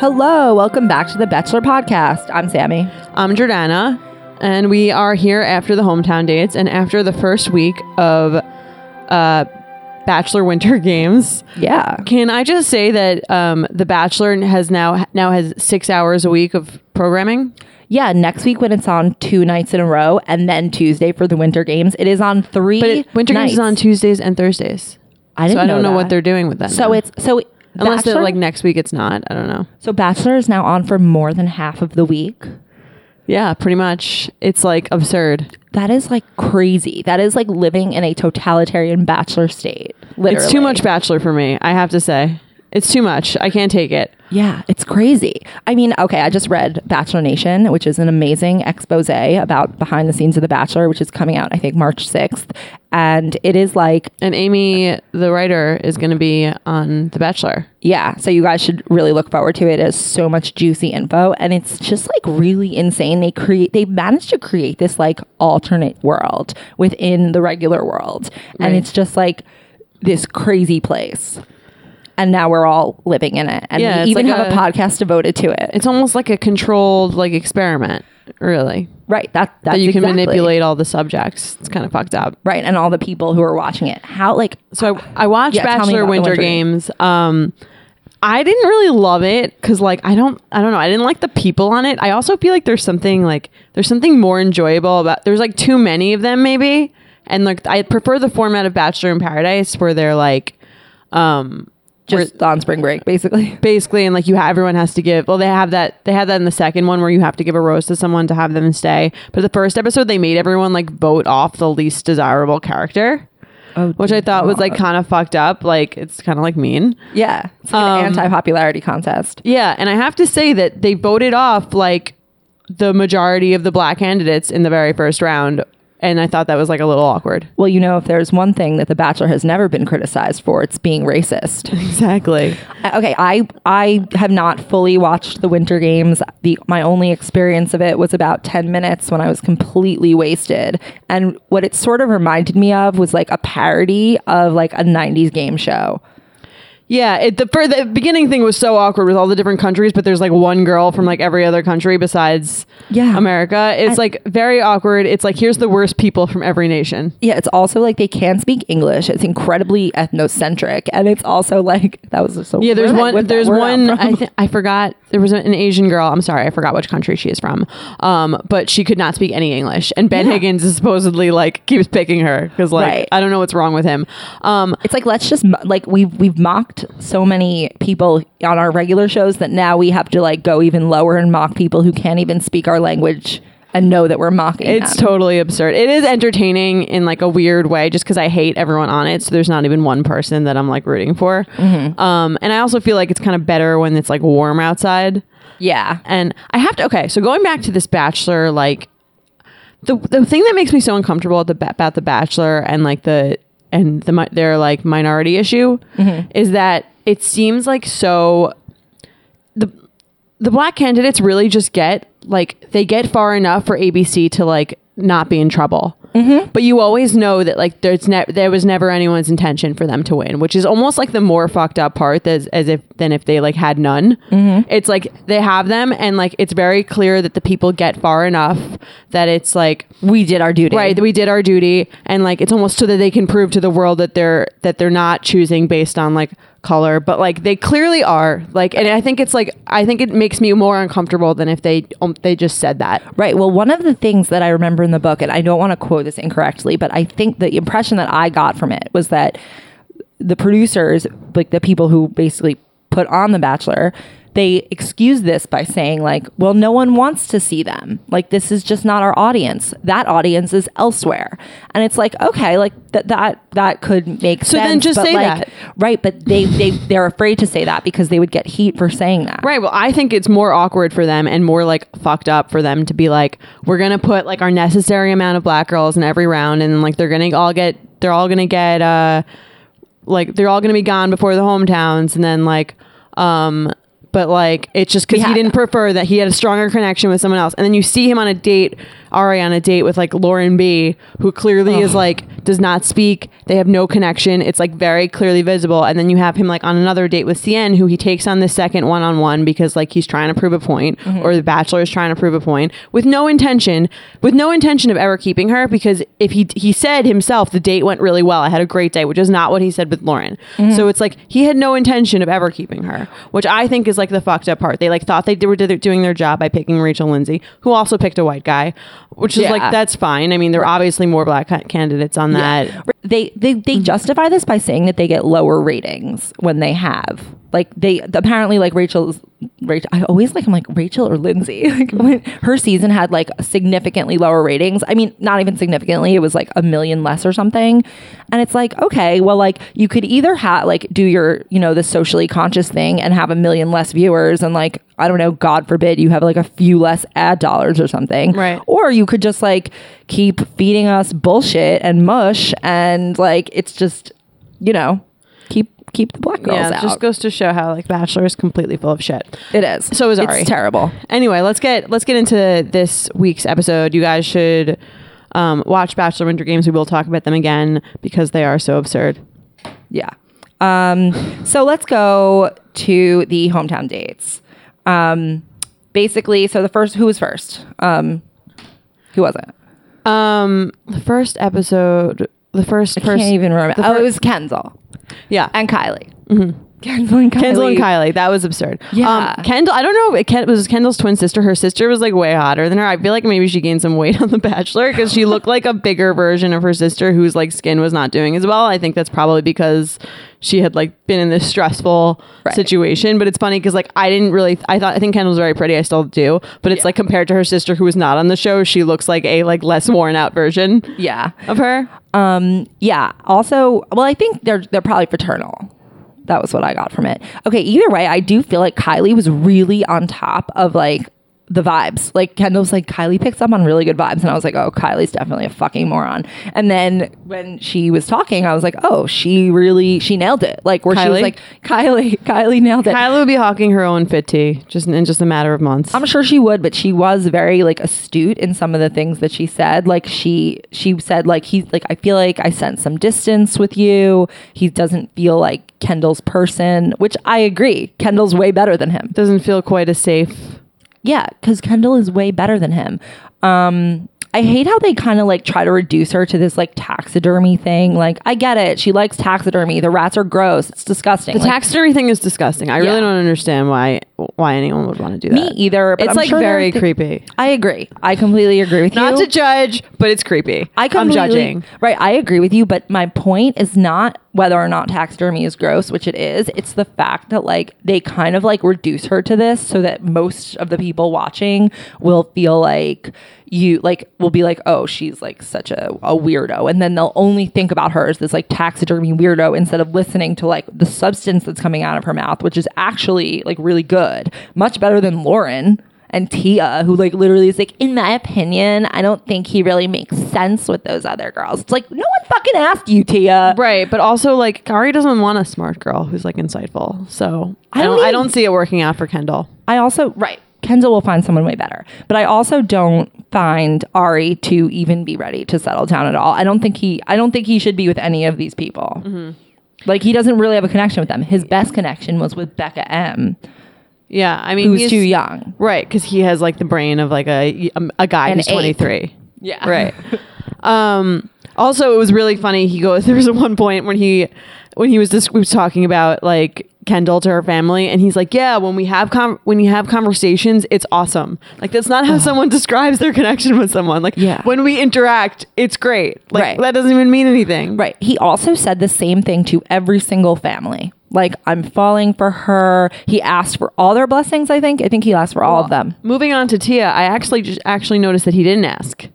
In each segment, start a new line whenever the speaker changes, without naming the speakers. Hello, welcome back to the Bachelor Podcast. I'm Sammy.
I'm Jordana, and we are here after the hometown dates and after the first week of uh, Bachelor Winter Games.
Yeah.
Can I just say that um, the Bachelor has now now has six hours a week of programming?
Yeah, next week when it's on two nights in a row and then Tuesday for the Winter Games, it is on three
But it, Winter
nights.
Games is on Tuesdays and Thursdays,
I didn't
so I don't know,
that.
what they're doing with that.
So
now.
it's so
unless
Bachelor,
they're like next week, it's not. I don't know.
so Bachelor is now on for more than half of the week.
Yeah, pretty much. It's like absurd.
That is like crazy. That is like living in a totalitarian bachelor state. Literally.
It's too much Bachelor for me. I have to say, it's too much. I can't take it.
Yeah, it's crazy. I mean, okay, I just read Bachelor Nation, which is an amazing expose about behind the scenes of The Bachelor, which is coming out, I think, March 6th. And it is like,
And Amy, the writer, is going to be on The Bachelor.
yeah, so you guys should really look forward to it. It is so much juicy info. And it's just like really insane. They create, they managed to create this like alternate world within the regular world. And
Right.
it's just like this crazy place. And now we're all living in it. And
Yeah, it's
we even
like
have a,
a-
podcast devoted to it.
It's almost like a controlled like experiment, really.
Right. That, that's
That you can
exactly-
manipulate all the subjects. It's kind of fucked up.
right and all the people who are watching it how like
So I, I watched
Yeah, tell me
Bachelor
about the
Winter,
Winter
Games. Um I didn't really love it cuz like I don't I don't know. I didn't like the people on it. I also feel like there's something like there's something more enjoyable about there's like too many of them maybe. And like I prefer the format of Bachelor in Paradise where they're like um
just on spring break basically
basically and like you ha everyone has to give well they have that they had that in the second one where you have to give a rose to someone to have them stay but the first episode they made everyone like vote off the least desirable character which i thought was like kind of fucked up like it's kind of like mean
yeah it's like an
Um,
anti-popularity contest
yeah and i have to say that they voted off like the majority of the black candidates in the very first round and i thought that was like a little awkward
well you know if there's one thing that the bachelor has never been criticized for it's being racist
exactly
I- okay i i have not fully watched the winter games the my only experience of it was about 10 minutes when i was completely wasted and what it sort of reminded me of was like a parody of like a 90s game show
Yeah, it, the, fir- the beginning thing was so awkward with all the different countries, but there's like one girl from like every other country besides
Yeah.
America. It's like very awkward. It's like here's the worst people from every nation.
Yeah, it's also like they can speak English. It's incredibly ethnocentric, and it's also like that was so.
Yeah,
where did
there's
I
one.
whip that
There's
word out
one.
from?
I th- I forgot. There was an Asian girl. I'm sorry, I forgot which country she is from. Um, but she could not speak any English, and Ben
Yeah.
Higgins is supposedly like keeps picking her because like
Right.
I don't know what's wrong with him. Um,
it's like let's just mo- like we've we've mocked so many people on our regular shows that now we have to like go even lower and mock people who can't even speak our language and know that we're mocking.
It's
them.
totally absurd. It is entertaining in like a weird way, just because I hate everyone on it. So there's not even one person that I'm like rooting for.
Mm-hmm.
Um, and I also feel like it's kind of better when it's like warm outside.
yeah.
And I have to okay. So going back to this Bachelor, like the the thing that makes me so uncomfortable at the, ba- about the Bachelor and like the and the mi- their like minority issue is that it seems like so the the black candidates really just get like they get far enough for ABC to like not be in trouble. But you always know that like there's ne- there was never anyone's intention for them to win, which is almost like the more fucked up part as, as if than if they like had none. It's like they have them, and like it's very clear that the people get far enough that it's like
We did our duty.
right that we did our duty, and like it's almost so that they can prove to the world that they're that they're not choosing based on like color, but like they clearly are. Like, and I think it's like I think it makes me more uncomfortable than if they um, they just said that.
Right. Well, one of the things that I remember in the book, and I don't want to quote this incorrectly, but I think the impression that I got from it was that the producers, like the people who basically put on The Bachelor, they excuse this by saying, like, well, no one wants to see them. Like, this is just not our audience. That audience is elsewhere. And it's like, okay, like that that that could make
So
sense.
then just
but
say
like-
that.
Right. But they they they're afraid to say that because they would get heat for saying that.
Right. Well, I think it's more awkward for them and more like fucked up for them to be like, we're gonna put like our necessary amount of black girls in every round, and like they're gonna all get, they're all gonna get, uh, like they're all gonna be gone before the hometowns, and then like, um, but like it's just because
We
he
had-
didn't prefer that he had a stronger connection with someone else, and then you see him on a date. Ari on a date with like Lauren B, who clearly is like does not speak. They have no connection. It's like very clearly visible. And then you have him like on another date with CN, who he takes on the second one on one because like he's trying to prove a point, or the Bachelor is trying to prove a point with no intention, with no intention of ever keeping her because if he he said himself the date went really well, I had a great day, which is not what he said with Lauren.
Mm-hmm.
So it's like he had no intention of ever keeping her, which I think is like the fucked up part. They like thought they were did- doing their job by picking Rachel Lindsay, who also picked a white guy, which is
Yeah.
like that's fine. I mean, there are obviously more black ca- candidates on that.
they they, they justify this by saying that they get lower ratings when they have like they apparently like Rachel's Rachel I always like I'm like Rachel or Lindsay like when her season had like significantly lower ratings I mean not even significantly it was like a million less or something and it's like okay well like you could either have like do your you know the socially conscious thing and have a million less viewers and like I don't know god forbid you have like a few less ad dollars or something
Right.
or you could just like keep feeding us bullshit and mush and like it's just you know keep keep the black girls
yeah, it
out
just goes to show how like Bachelor is completely full of shit.
it is
So is Ari.
it's terrible
anyway let's get let's get into this week's episode you guys should um, watch bachelor winter games we will talk about them again because they are so absurd
yeah um so let's go to the hometown dates um basically so the first who was first um who was it
um the first episode the first
I
person
can't even remember
the
oh
fir-
it was Kenzel
yeah Mm-hmm.
and Kylie Kenzel and Kylie
Kendall and Kylie, that was absurd.
Yeah.
um, Kendall. I don't know. It Ken, was Kendall's twin sister. Her sister was like way hotter than her. I feel like maybe she gained some weight on The Bachelor because she looked like a bigger version of her sister, whose like skin was not doing as well. I think that's probably because she had like been in this stressful
Right.
situation. But it's funny because like I didn't really. I thought I think Kendall's very pretty. I still do, but it's
Yeah.
like compared to her sister, who was not on the show, she looks like a like less worn out version
yeah
of her.
Um, yeah. Also, well, I think they're they're probably fraternal. That was what I got from it. Okay. Either way, I do feel like Kylie was really on top of like the vibes. Like Kendall was like Kylie picks up on really good vibes, and I was like, oh, Kylie's definitely a fucking moron. And then when she was talking, I was like, oh, she really she nailed it. Like where she
Kylie?
was like Kylie, Kylie nailed it.
Kylie would be hawking her own fit tea just in just a matter of months.
I'm sure she would, but she was very like astute in some of the things that she said. Like she she said like he's like I feel like I sense some distance with you. He doesn't feel like Kendall's person, which I agree. Kendall's way better than him.
Doesn't feel quite as safe.
Yeah, because Kendall is way better than him. Um, I hate how they kind of like try to reduce her to this like taxidermy thing. Like I get it, she likes taxidermy. The rats are gross. It's disgusting.
The
Like,
taxidermy thing is disgusting. I really
Yeah.
don't understand why why anyone would want to do
me
that.
either. But
it's
I'm
like
sure there are
very
thi-
creepy.
I agree. I completely agree with you.
Not to judge, but it's creepy.
I
I'm
completely-
judging.
Right, I agree with you, but my point is not whether or not taxidermy is gross, which it is. It's the fact that like they kind of like reduce her to this so that most of the people watching will feel like you like will be like, oh, she's like such a, a weirdo. And then they'll only think about her as this like taxidermy weirdo instead of listening to like the substance that's coming out of her mouth, which is actually like really good. Much better than Lauren and Tia, who like literally is like, in my opinion, I don't think he really makes sense with those other girls. It's like no one fucking asked you, Tia.
Right, but also like Kari doesn't want a smart girl who's like insightful. So I
I
don't
don't
I
even-
don't see it working out for Kendall.
I also right, Kenzo will find someone way better, but I also don't find Ari to even be ready to settle down at all. I don't think he, I don't think he should be with any of these people.
Mm-hmm.
Like he doesn't really have a connection with them. His best connection was with Becca M,
Yeah, I mean
who's
he's-
too young.
Right, because he has like the brain of like a a, a guy
An
who's
ape.
twenty three.
Yeah.
Right. um, also, it was really funny. He goes. There was one point when he when he was just we was talking about like Kendall to her family, and he's like, "Yeah, when we have con when you have conversations, it's awesome. Like that's not how someone describes their connection with someone. Like
Yeah.
when we interact, it's great. Like
Right.
that doesn't even mean anything.
Right. He also said the same thing to every single family. Like, I'm falling for her. He asked for all their blessings, I think. I think he asked for all of them.
Moving on to Tia, I actually just actually noticed that he didn't ask.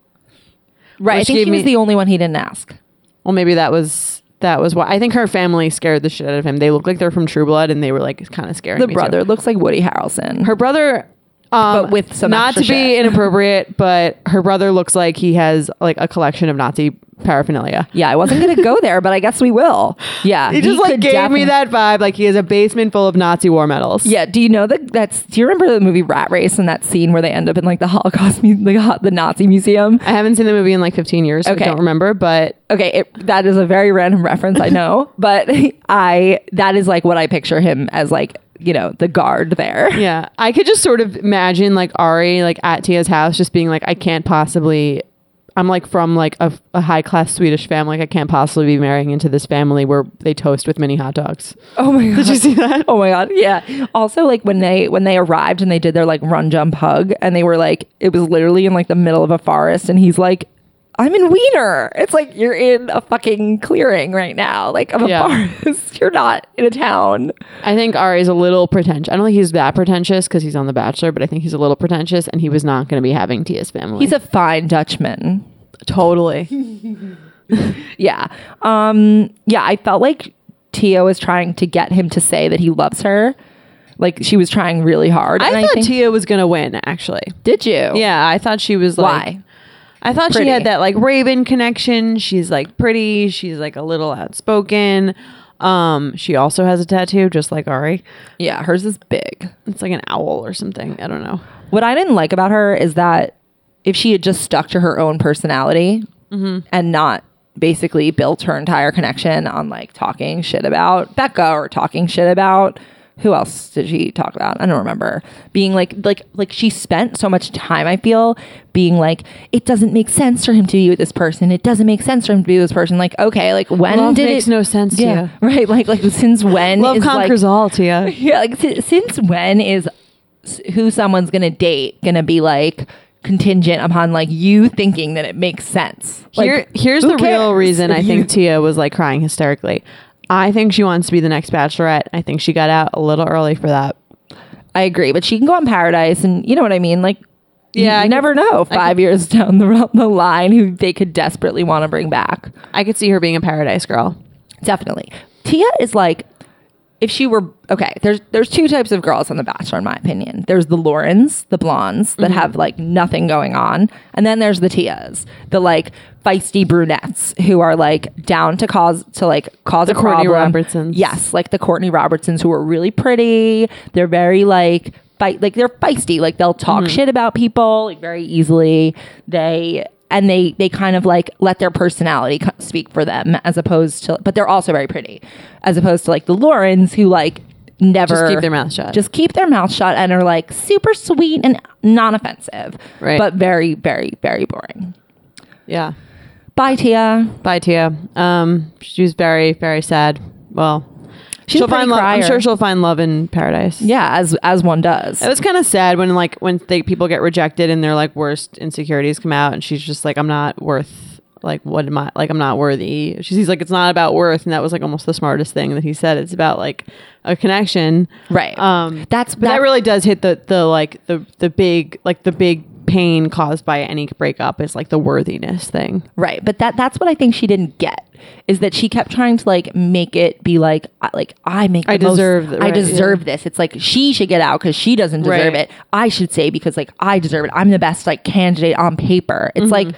Right. I
which
think
gave
he was
me-
the only one he didn't ask.
Well, maybe that was that was why. I think her family scared the shit out of him. They look like they're from True Blood, and they were like kind of scared.
The brother looks like Woody Harrelson.
her brother um,
But with some
not
extra
to be
shit.
inappropriate but her brother looks like he has like a collection of nazi paraphernalia.
Yeah, I wasn't gonna go there, but I guess we will. Yeah,
He just like
could
gave me
defin-
that vibe, like he has a basement full of Nazi war medals.
Yeah, do you know that? That's do you remember the movie Rat Race and that scene where they end up in like the Holocaust, mu- the, ho- the Nazi museum?
I haven't seen the movie in like 15 years. So
Okay.
I don't remember, but
Okay, it, that is a very random reference, I know, but I that is like what I picture him as, like you know, the guard there.
yeah, I could just sort of imagine like Ari like at Tia's house, just being like, I can't possibly. I'm like from like a, high class Swedish family. Like I can't possibly be marrying into this family where they toast with mini hot dogs.
Oh my god! Did you see that? Oh my god! Yeah. Also, like when they when they arrived and they did their like run jump hug and they were like it was literally in like the middle of a forest and he's like. I'm in Wiener. It's like you're in a fucking clearing right now, like of a
Yeah.
forest. You're not in a town.
I think Ari's a little pretentious. I don't think he's that pretentious because he's on The Bachelor, but I think he's a little pretentious, and he was not going to be having Tia's family.
He's a fine Dutchman.
totally.
Yeah. Um, yeah, I felt like Tia was trying to get him to say that he loves her. Like she was trying really hard.
I
and
thought
think-
Tia was going to win, actually.
did you?
Yeah, I thought she was like.
Why?
I thought
Pretty.
she had that like Raven connection. She's like pretty. She's like a little outspoken. Um, she also has a tattoo, just like Ari.
Yeah, hers is big.
It's like an owl or something. I don't know.
What I didn't like about her is that if she had just stuck to her own personality
Mm-hmm.
and not basically built her entire connection on like talking shit about Becca or talking shit about who else did she talk about? I don't remember. Being like like like she spent so much time I feel being like it doesn't make sense for him to be with this person. It doesn't make sense for him to be with this person. Like okay, like when
Love
did
makes
it
no sense to
Yeah, right. Like like since when
Love
is, like-
conquers all, Tia.
yeah, like si- since when is s- who someone's gonna date gonna be like contingent upon like you thinking that it makes sense? Like,
Here, here's
who
the real
cares?
reason I
You-
think Tia was like crying hysterically. I think she wants to be the next bachelorette. I think she got out a little early for that.
I agree, but she can go on Paradise, and you know what I mean, like.
Yeah,
Yeah, you
I could-
never know. Five years down the, ro- the line, who they could desperately want to bring back.
I could see her being a paradise girl.
Definitely. Tia is like if she were okay, there's there's two types of girls on The Bachelor, in my opinion. There's the Laurens, the blondes that
Mm-hmm.
have like nothing going on, and then there's the Tias, the like feisty brunettes who are like down to cause to like cause a
Courtney
problem.
Robertsons.
yes, like the Courtney Robertsons who are really pretty. They're very like fight, like they're feisty. Like they'll talk
Mm-hmm.
shit about people like very easily. They and they they kind of like let their personality co- speak for them as opposed to but they're also very pretty as opposed to like the Laurens who like never
Just keep their mouth shut.
Just keep their mouth shut and are like super sweet and non-offensive,
Right.
but very very very boring.
Yeah.
Bye Tia.
Bye, Tia. Um, she was very, very sad. Well,
She's
she'll
a pretty
find love. I'm
crier.
sure she'll find love in paradise.
Yeah, as as one does.
It was kind of sad when like when they, people get rejected and their like worst insecurities come out, and she's just like, "I'm not worth like what am I like I'm not worthy." She's he's like, "It's not about worth," and that was like almost the smartest thing that he said. It's about like a connection,
Right.
Um,
That's-
but that
that-
really does hit the the like the the big like the big pain caused by any breakup is like the worthiness thing.
Right, but that that's what I think she didn't get is that she kept trying to like make it be like I- like I make the
I
most-
deserve th-
I
right,
deserve this. It's like she should get out cuz she doesn't deserve
Right.
it. I should say because like I deserve it. I'm the best like candidate on paper.
Mm-hmm.
It's like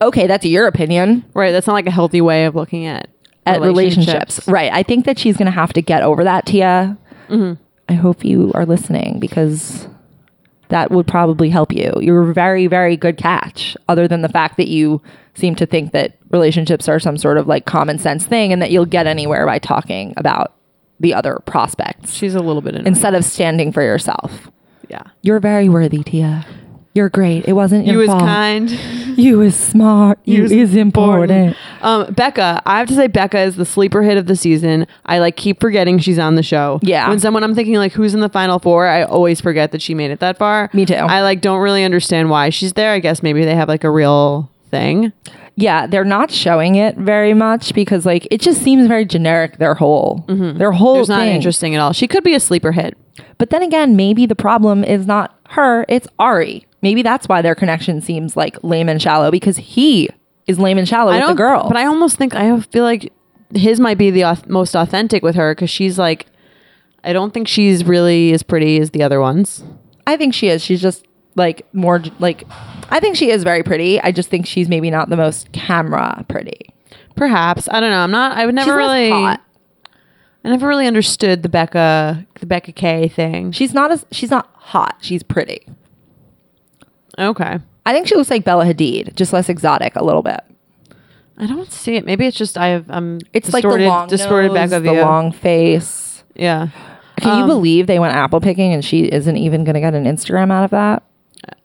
okay, that's your opinion
Right. That's not like a healthy way of looking at
at relationships. Right. I think that she's going to have to get over that, Tia.
Mm-hmm.
I hope you are listening because that would probably help you. You're a very, very good catch, other than the fact that you seem to think that relationships are some sort of like common sense thing and that you'll get anywhere by talking about the other prospects
She's a little bit in.
instead of standing for yourself.
Yeah.
You're very worthy, Tia. You're great. It wasn't your
You was
fault.
kind.
You is smart. You,
is
is important.
Um, Becca, I have to say, Becca is the sleeper hit of the season. I like keep forgetting she's on the show.
Yeah.
When someone I'm thinking like who's in the final four, I always forget that she made it that far.
Me too.
I like don't really understand why she's there. I guess maybe they have like a real thing.
yeah they're not showing it very much because like it just seems very generic their whole their whole
It's Mm-hmm. not
thing
interesting at all. She could be a sleeper hit.
but then again maybe the problem is not her it's ari maybe that's why their connection seems like lame and shallow because he is lame and shallow
I
with the girl
But I almost think I feel like his might be the auth- most authentic with her because she's like, I don't think she's really as pretty as the other ones.
I think she is she's just like more like I think she is very pretty. I just think she's maybe not the most camera pretty.
Perhaps I don't know. I'm not. I would never
She's less
really.
hot.
I never really understood the Becca the Becca K thing.
She's not as she's not hot. She's pretty.
okay.
I think she looks like Bella Hadid, just less exotic a little bit.
I don't see it. Maybe it's just I have um.
It's like the long
distorted
nose,
Becca
the
view.
long face.
yeah.
Can you
Um,
believe they went apple picking and she isn't even going to get an Instagram out of that?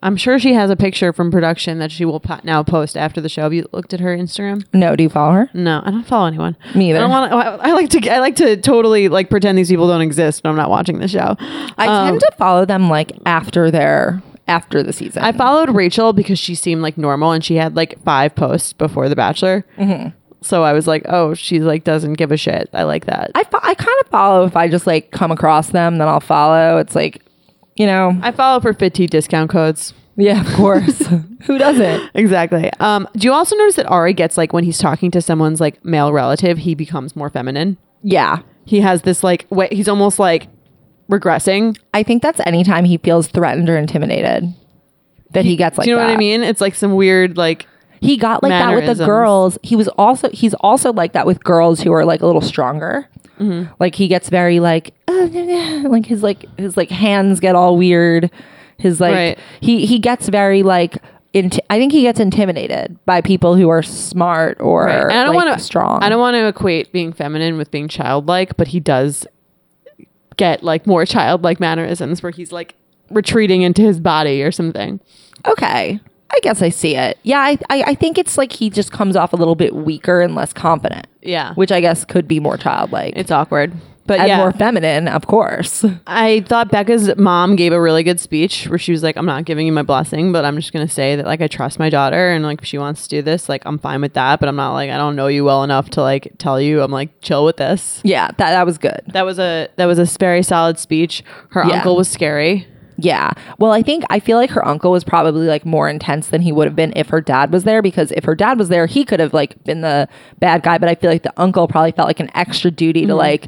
I'm sure she has a picture from production that she will po- now post after the show. Have you looked at her Instagram?
No, do you follow her?
No, I don't follow anyone.
Me either.
I, don't wanna, I, I like to. I like to totally like pretend these people don't exist when I'm not watching the show. Um,
I tend to follow them like after their after the season.
I followed Rachel because she seemed like normal and she had like five posts before The Bachelor.
Mm-hmm.
So I was like, oh, she like doesn't give a shit. I like that. I,
I, fo- I kind of follow if I just like come across them, then I'll follow. It's like, you know,
follow for 50 discount codes.
yeah, of course. Who doesn't?
Exactly. Um, do you also notice that Ari gets like when he's talking to someone's like male relative, he becomes more feminine?
Yeah.
He has this like way, he's almost like regressing.
I think that's anytime he feels threatened or intimidated that he gets like
do you know what I
that.
mean? It's like some weird like
He got like that with the
Mannerisms.
girls. He was also he's also like that with girls who are like a little stronger.
Mm-hmm.
Like he gets very like "Oh, no, no," like his like his like hands get all weird. His like
Right.
he he gets very like inti- I think he gets intimidated by people who are smart or
Right. And I don't
like,
want to
strong.
I don't want to equate being feminine with being childlike, but he does get like more childlike mannerisms where he's like retreating into his body or something.
okay. I guess I see it. Yeah, I, I I think it's like he just comes off a little bit weaker and less confident,
Yeah,
which I guess could be more childlike
it's awkward, but
and
yeah.
more feminine, of course.
I thought Becca's mom gave a really good speech where she was like, "I'm not giving you my blessing, but I'm just gonna say that like I trust my daughter and like if she wants to do this, like I'm fine with that, but I'm not like I don't know you well enough to like tell you I'm like chill with this."
Yeah, that that was good.
That was a that was a very solid speech. Her
Yeah.
uncle was scary.
Yeah. Well, I think I feel like her uncle was probably like more intense than he would have been if her dad was there because if her dad was there, he could have like been the bad guy, but I feel like the uncle probably felt like an extra duty to like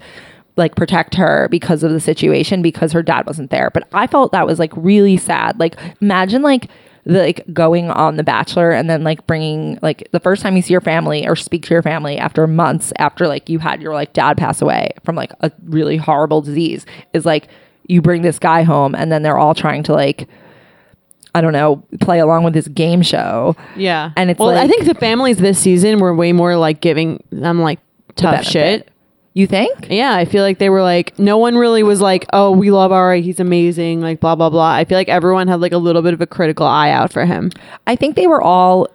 like protect her because of the situation because her dad wasn't there. But I felt that was like really sad. Like imagine like the like going on the bachelor and then like bringing like the first time you see your family or speak to your family after months after like you had your like dad pass away from like a really horrible disease is like you bring this guy home and then they're all trying to like i don't know play along with this game show
Yeah.
And it's
well, I
like-
think the families this season were way more like giving them like tough
benefit.
shit.
you think
Yeah, I feel like they were like no one really was like, "Oh, we love Ari, he's amazing," like blah blah blah. I feel like everyone had like a little bit of a critical eye out for him.
i think they were all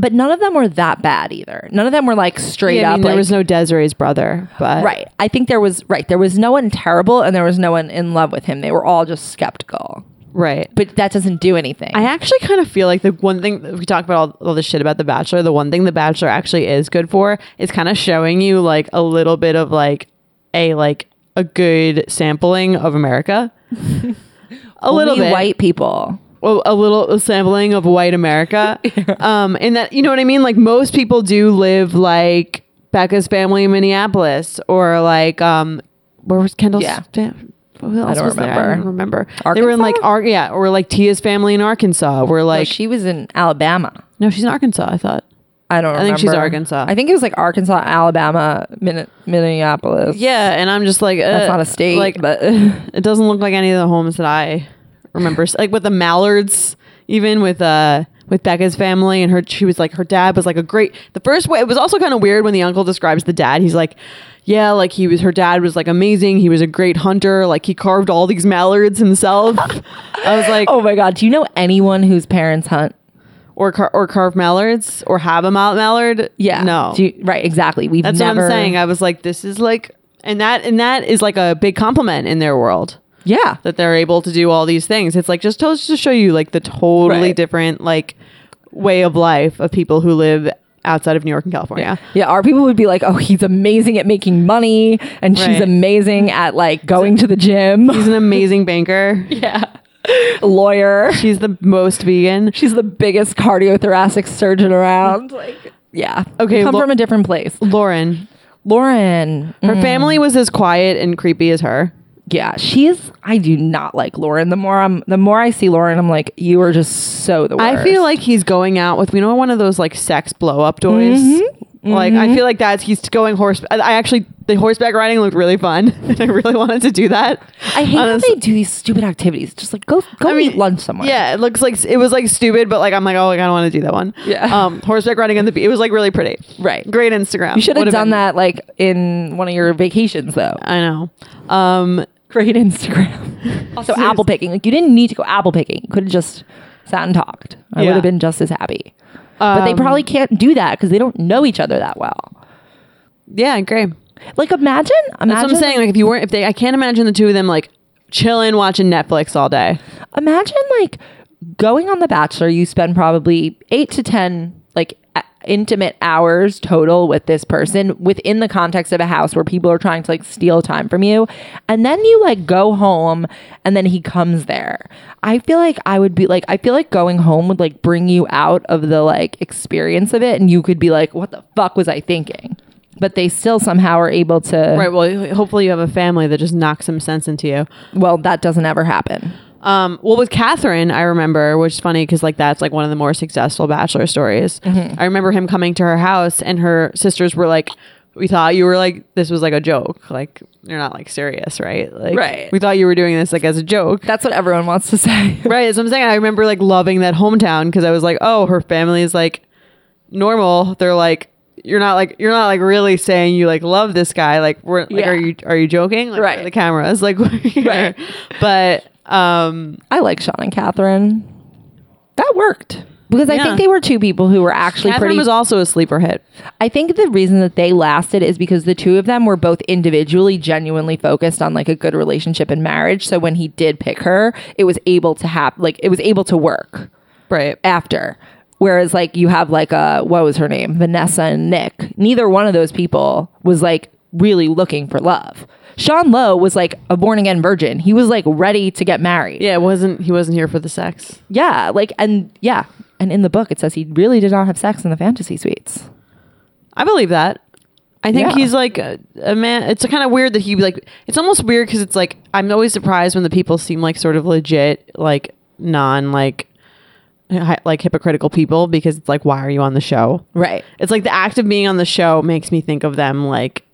but none of them were that bad either none of them were like straight
Yeah, I
up
mean, there
like-
was no Desiree's brother, but
right i think there was right there was no one terrible and there was no one in love with him they were all just skeptical
right.
but that doesn't do anything
I actually kind of feel like the one thing that we talk about all, all this shit about The Bachelor, the one thing The Bachelor actually is good for is kind of showing you like a little bit of like a like a good sampling of America. a little
Only
bit
white people
a, a little sampling of white America. Um, and that, you know what I mean? Like most people do live like Becca's family in Minneapolis or like, um, where was Kendall's?
Yeah.
fam- who else
I don't
was there? I
remember.
don't remember. They were in like,
Arkansas?
Ar- yeah, or like Tia's family in Arkansas. We're
like
like,
she was in alabama
no, she's in Arkansas. I thought.
I don't.
I think she's
remember.
Arkansas.
I think it was like Arkansas, Alabama, Min- Minneapolis.
Yeah, and I'm just like,
that's
uh,
not a state,
Like,
but
it doesn't look like any of the homes that I remember. S- like with the Mallards, even with uh with Becca's family and her she was like her dad was like a great the first way it was also kind of weird when the uncle describes the dad. He's like, Yeah, like he was her dad was like amazing. He was a great hunter, like he carved all these mallards himself. I was like
oh my god, do you know anyone whose parents hunt?
or car- or carve mallards or have a mal- mallard. No.
Do you- right, exactly. We've
That's
never,
what I'm saying. I was like, this is like and that and that is like a big compliment in their world.
yeah,
that they're able to do all these things. It's like just to, just to show you like the totally
Right.
different like way of life of people who live outside of New York and California.
yeah. Our people would be like, "Oh, he's amazing at making money, and she's
Right.
amazing at like going to the gym."
She's an amazing banker.
yeah, lawyer.
She's the most vegan.
She's the biggest cardiothoracic surgeon around. Like, yeah.
Okay,
come
Lo-
from a different place.
Lauren,
Lauren,
Mm-hmm. her family was as quiet and creepy as her.
yeah, she's. I do not like Lauren. The more I'm, the more I see Lauren, I'm like, you are just so the worst.
I feel like he's going out with you know one of those like sex blow up toys.
Mm-hmm.
Like I feel like that's he's going horse. I, I actually the horseback riding looked really fun. I really wanted to do that.
I hate
Honest-
when they do these stupid activities. Just like go, go
I mean,
eat lunch somewhere.
Yeah, it looks like it was like stupid, but like I'm like oh like, I don't want to do that one.
Yeah.
Um, horseback riding on the beach. It was like really pretty.
Right.
Great Instagram.
you should have
Would've
done
been-
that like in one of your vacations though.
I know. Um,
Great Instagram. also,
Seriously.
apple picking. Like you didn't need to go apple picking. You could have just sat and talked. I
Yeah.
would have been just as happy. but they
Um,
probably can't do that because they don't know each other that well.
yeah, great.
Like imagine, imagine,
That's what I'm saying. Like if you weren't, if they, I can't imagine the two of them like chilling watching Netflix all day.
imagine like going on The Bachelor. You spend probably eight to ten like a- intimate hours total with this person within the context of a house where people are trying to like steal time from you, and then you like go home, and then he comes there. I feel like I would be like I feel like going home would like bring you out of the like experience of it, and you could be like, what the fuck was I thinking? But they still somehow are able to.
Right. Well, hopefully you have a family that just knocks some sense into you.
Well, that doesn't ever happen.
Um, well, with Catherine, I remember, which is funny because like that's like one of the more successful Bachelor stories.
Mm-hmm.
I remember him coming to her house, and her sisters were like, "We thought you were like this was like a joke. Like you're not like serious, right? Like
Right.
we thought you were doing this like as a joke."
That's what everyone wants to say.
Right, that's what I'm saying. I remember like loving that hometown because I was like, oh, her family is like normal. They're like, you're not like you're not like really saying you like love this guy. Like, we're, like
Yeah.
are you are you joking? Like,
Right.
The cameras, like,
Right.
But um,
I like Sean and Catherine. That worked because I
Yeah.
think they were two people who were actually
Catherine
pretty.
was also a sleeper hit.
I think the reason that they lasted is because the two of them were both individually genuinely focused on like a good relationship and marriage. So when he did pick her, it was able to happen. Like it was able to work
Right.
after. Whereas like you have like a what was her name Vanessa and Nick. Neither one of those people was like really looking for love. Sean Lowe was like a born again virgin. He was like ready to get married.
Yeah, it wasn't he wasn't here for the sex.
Yeah, like and yeah, and in the book it says he really did not have sex in the fantasy suites.
I believe that. I think
Yeah.
he's like a, a man. It's kind of weird that he like. It's almost weird because it's like I'm always surprised when the people seem like sort of legit, like non like hi, like hypocritical people because it's like why are you on the show?
Right.
It's like the act of being on the show makes me think of them like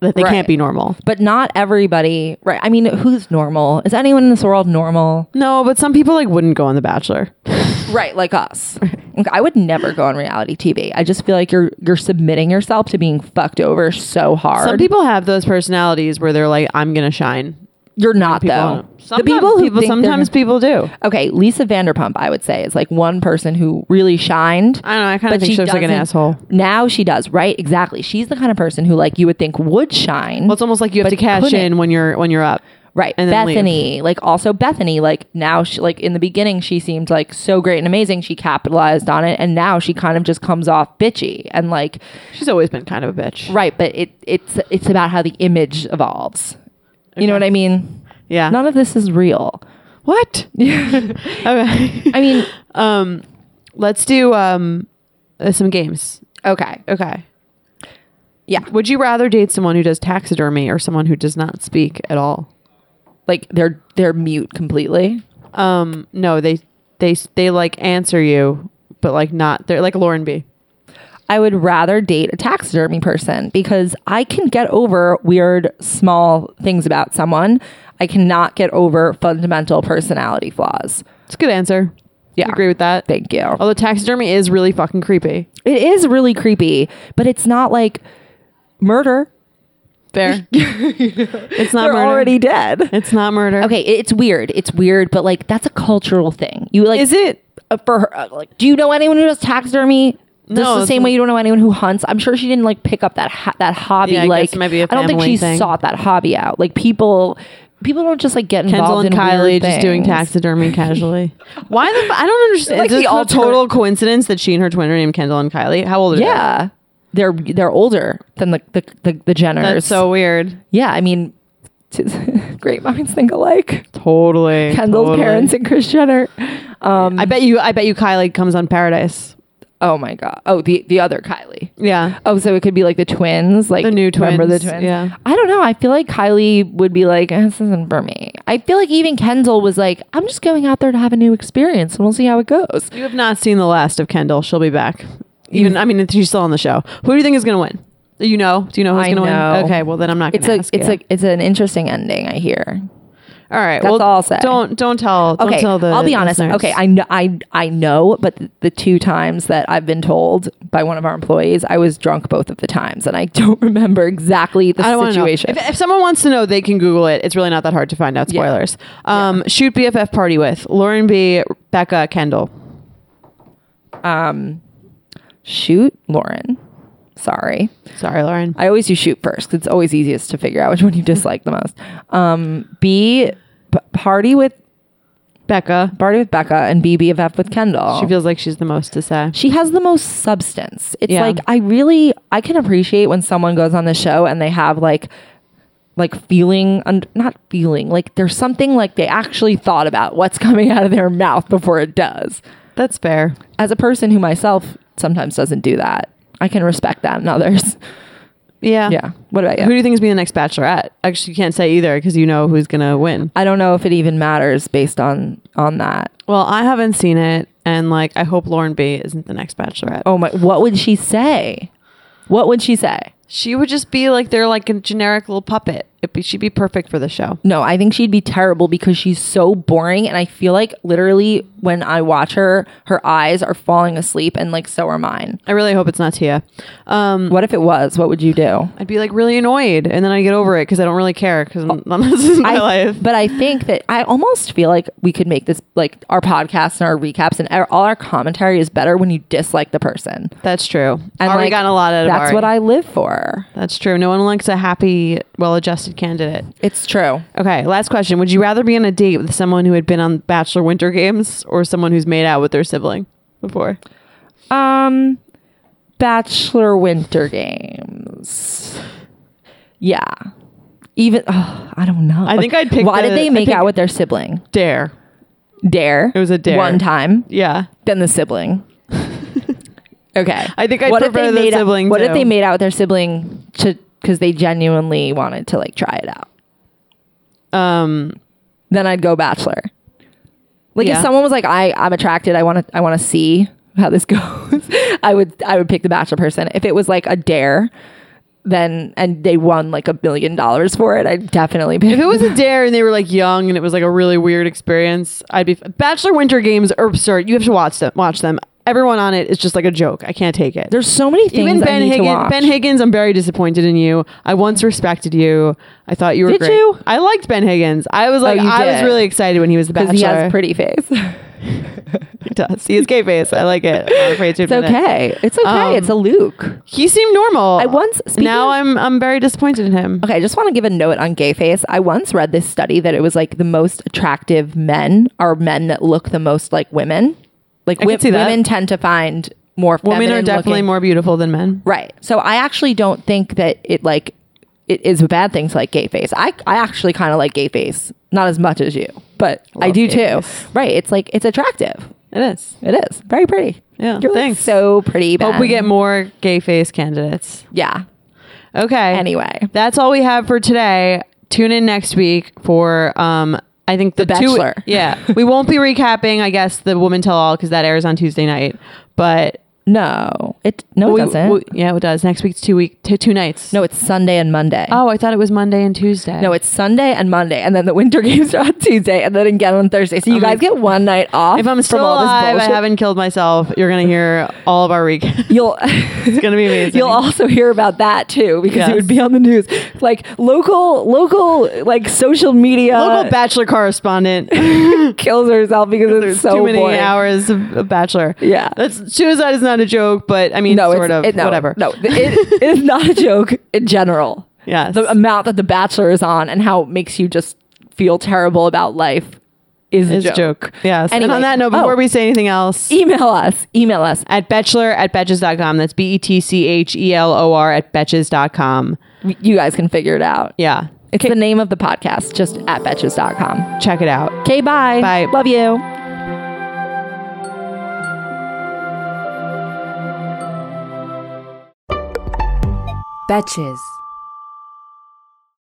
that they
Right.
can't be normal.
But not everybody, right? I mean, who's normal? Is anyone in this world normal?
No, but some people like wouldn't go on The Bachelor.
Right, like us. Like, I would never go on reality TV. I just feel like you're you're submitting yourself to being fucked over so hard.
Some people have those personalities where they're like, I'm gonna shine.
you're not
People
though.
don't. Sometimes people
think they're-
sometimes people do.
Okay, Lisa Vanderpump, I would say, is like one person who really shined.
I don't know. I kind of think she looks like an
doesn't-
asshole.
Now she does, right? Exactly. She's the kind of person who, like, you would think would shine.
Well, it's almost like you have
But
to cash
couldn't.
in when you're when you're up.
Right.
And then leave.
Bethany, like also Bethany, like now she like in the beginning she seemed like so great and amazing. She capitalized on it and now she kind of just comes off bitchy and like
She's always been kind of a bitch.
right, but it it's it's about how the image evolves. You know what I mean?
Yeah.
None of this is real.
what? okay.
I mean,
Um, let's do um uh, some games.
okay.
Okay.
Yeah.
Would you rather date someone who does taxidermy or someone who does not speak at all?
Like they're they're mute completely.
Um, no, they they they like answer you, but like not. They're like Lauren B.
I would rather date a taxidermy person because I can get over weird small things about someone. I cannot get over fundamental personality flaws.
It's a good answer.
Yeah.
agree with that.
Thank you.
Although taxidermy is really fucking creepy.
It is really creepy, but it's not like murder.
Fair. it's not
They're
murder.
already dead.
It's not murder.
Okay, it- it's weird. It's weird, but like that's a cultural thing. You like
Is it?
uh, for her? uh, like, do you know anyone who does taxidermy? Just
No,
the
it's
same
not-
way you don't know anyone who hunts. I'm sure she didn't like pick up that ho- that hobby.
Yeah, I guess
like
it might be a
I don't think
family
she
thing.
sought that hobby out. Like people, people don't just like get
Kendall
involved
and
in
Kylie
weird
just doing
things.
taxidermy casually. Why the? F- I don't understand.
Like
Is this
the
a
alter-
total coincidence that she and her twin are named Kendall and Kylie? How old are
Yeah, they're they're older than the the the, the Jenners.
they? That's so weird.
yeah, I mean, tis- great minds think alike.
Totally.
Kendall's
totally.
parents and Chris Jenner. Um,
I bet you. I bet you Kylie comes on Paradise.
Oh my god. Oh, the the other Kylie.
Yeah.
Oh, so it could be like the twins, like
The new
Remember the
twins,
twins?
yeah.
I don't know. I feel like Kylie would be like, eh, "This isn't for me." I feel like even Kendall was like, "I'm just going out there to have a new experience, and we'll see how it goes."
You have not seen the last of Kendall. She'll be back. Even I mean, she's still on the show. Who do you think is going to win? Do You know? Do you know who's
I
going to
know.
win? Okay. Well, then I'm not going
It's
to
like
ask.
it's
you.
like it's an interesting ending. I hear.
all right.
that's
well,
all I'll say.
Don't don't tell. Don't
Okay,
tell the
I'll be honest.
listeners.
Okay, I know, I I know, but th- the two times that I've been told by one of our employees, I was drunk both of the times, and I don't remember exactly the
I don't wanna know.
situation.
If, if someone wants to know, they can Google it. It's really not that hard to find out.
Yeah.
Spoilers. Um, Shoot BFF party with Lauren B, Becca, Kendall.
um, shoot, Lauren. Sorry,
Sorry, Lauren.
I always do shoot first. 'cause it's always easiest to figure out which one you dislike the most. Um, B p- party with
Becca.
party with Becca and B BFF with Kendall.
She feels like she's the most to say.
she has the most substance. It's
Yeah.
like I really I can appreciate when someone goes on the show and they have like like feeling un- not feeling like there's something like they actually thought about what's coming out of their mouth before it does.
That's fair.
As a person who myself sometimes doesn't do that, I can respect that in others.
Yeah.
yeah. What about you?
Who do you think is being the next Bachelorette? Actually, you can't say either because you know who's gonna win.
I don't know if it even matters based on on that.
Well, I haven't seen it, and like I hope Lauren B isn't the next Bachelorette.
Oh my! What would she say? What would she say?
She would just be like they're like a generic little puppet. It'd be, she'd be perfect for the show.
No, I think she'd be terrible because she's so boring. And I feel like literally when I watch her, her eyes are falling asleep and like so are mine.
I really hope it's not Tia. Um,
What if it was? What would you do?
I'd be like really annoyed, and then I get over it because I don't really care because this is my
Oh, I,
life.
But I think that I almost feel like we could make this like our podcasts and our recaps and our, all our commentary is better when you dislike the person.
That's true.
And
And Ari
like,
got a lot out of
That's
Ari.
what I live for.
That's true. No one likes a happy, well-adjusted candidate.
It's true.
Okay, last question. Would you rather be on a date with someone who had been on Bachelor Winter Games or someone who's made out with their sibling before?
Um, Bachelor Winter Games. Yeah. Even oh, I don't know.
I think I'd pick
Why
the-
did they
I
make
think-
out with their sibling?
Dare.
Dare.
It was a dare.
One time,
Yeah.
then the sibling. okay.
I think I'd
if they
prefer the
made out-
sibling,
What if
too.
they made out with their sibling to because they genuinely wanted to like try it out?
Um,
Then I'd go Bachelor. Like
Yeah.
if someone was like, I I'm attracted. I want to I want to see how this goes. I would I would pick the Bachelor person. If it was like a dare. Then and they won like a billion dollars for it. I would definitely pick.
if it was a dare and they were like young and it was like a really weird experience, I'd be Bachelor Winter Games are absurd. You have to watch them. Watch them. Everyone on it is just like a joke. I can't take it.
There's so many things.
Even Ben
I need to
Higgins.
watch.
Ben Higgins, I'm very disappointed in you. I once respected you. I thought you were
Did
great.
you? Oh,
I liked Ben Higgins. I was like,
you
I was
did.
really excited when he was the
because
Bachelor.
he has a pretty face.
He does. He is gay face. I like it. I'm not afraid to
It's
admit it.
okay. It's okay.
Um,
it's a Luke.
He seemed normal.
I once- speaking
now
of-
I'm I'm very disappointed in him.
Okay, I just want to give a note on gay face. I once read this study that it was like the most attractive men are men that look the most like women. Like
I
wi-
could see that.
women tend to find more
Women are
feminine
definitely
looking-
more beautiful than men.
right. So I actually don't think that it like it is a bad thing to like gay face. I I actually kind of like gay face, not as much as you, but I
Love
do
gay
too.
face.
Right? It's like it's attractive.
It is.
It is very pretty.
Yeah,
You're like,
thanks.
so pretty. Ben.
Hope we get more gay face candidates.
yeah.
Okay.
Anyway.
that's all we have for today. Tune in next week for um. I think the,
The
two-
Bachelor.
yeah, we won't be recapping. I guess the Woman Tell All because that airs on Tuesday night. But
No, it no
we-
it doesn't.
we- yeah, it does. Next week's two week t- two nights.
no, it's Sunday and Monday.
Oh, I thought it was Monday and Tuesday.
No, it's Sunday and Monday, and then the winter games are on Tuesday, and then again on Thursday. So you
Oh my-
guys get one night off.
If I'm still
from all this
alive, I
bullshit.
haven't killed myself. You're gonna hear all of our recaps.
You'll
It's gonna be amazing.
you'll also hear about that too because
Yes.
it would be on the news, like local local like social media
local bachelor correspondent.
kills herself because
There's
it's so
too many
boring.
hours of of bachelor.
Yeah.
that's suicide is not a joke, but I mean,
No,
sort
it's,
of
it- no,
whatever.
No, it- it is not a joke in general.
yes,
The amount that The Bachelor is on and how it makes you just feel terrible about life is
it's
a
a joke. Yes, and
Anyway.
on that note, before
Oh. E-
we say anything else.
Email us. Email us.
at Betchlor at Betches.com. That's B E T C H E L O R at Betches.com.
You guys can figure it out.
Yeah.
It's the name of the podcast, just at betches.com.
Check it out.
Okay, bye.
Bye.
Love you.
Betches.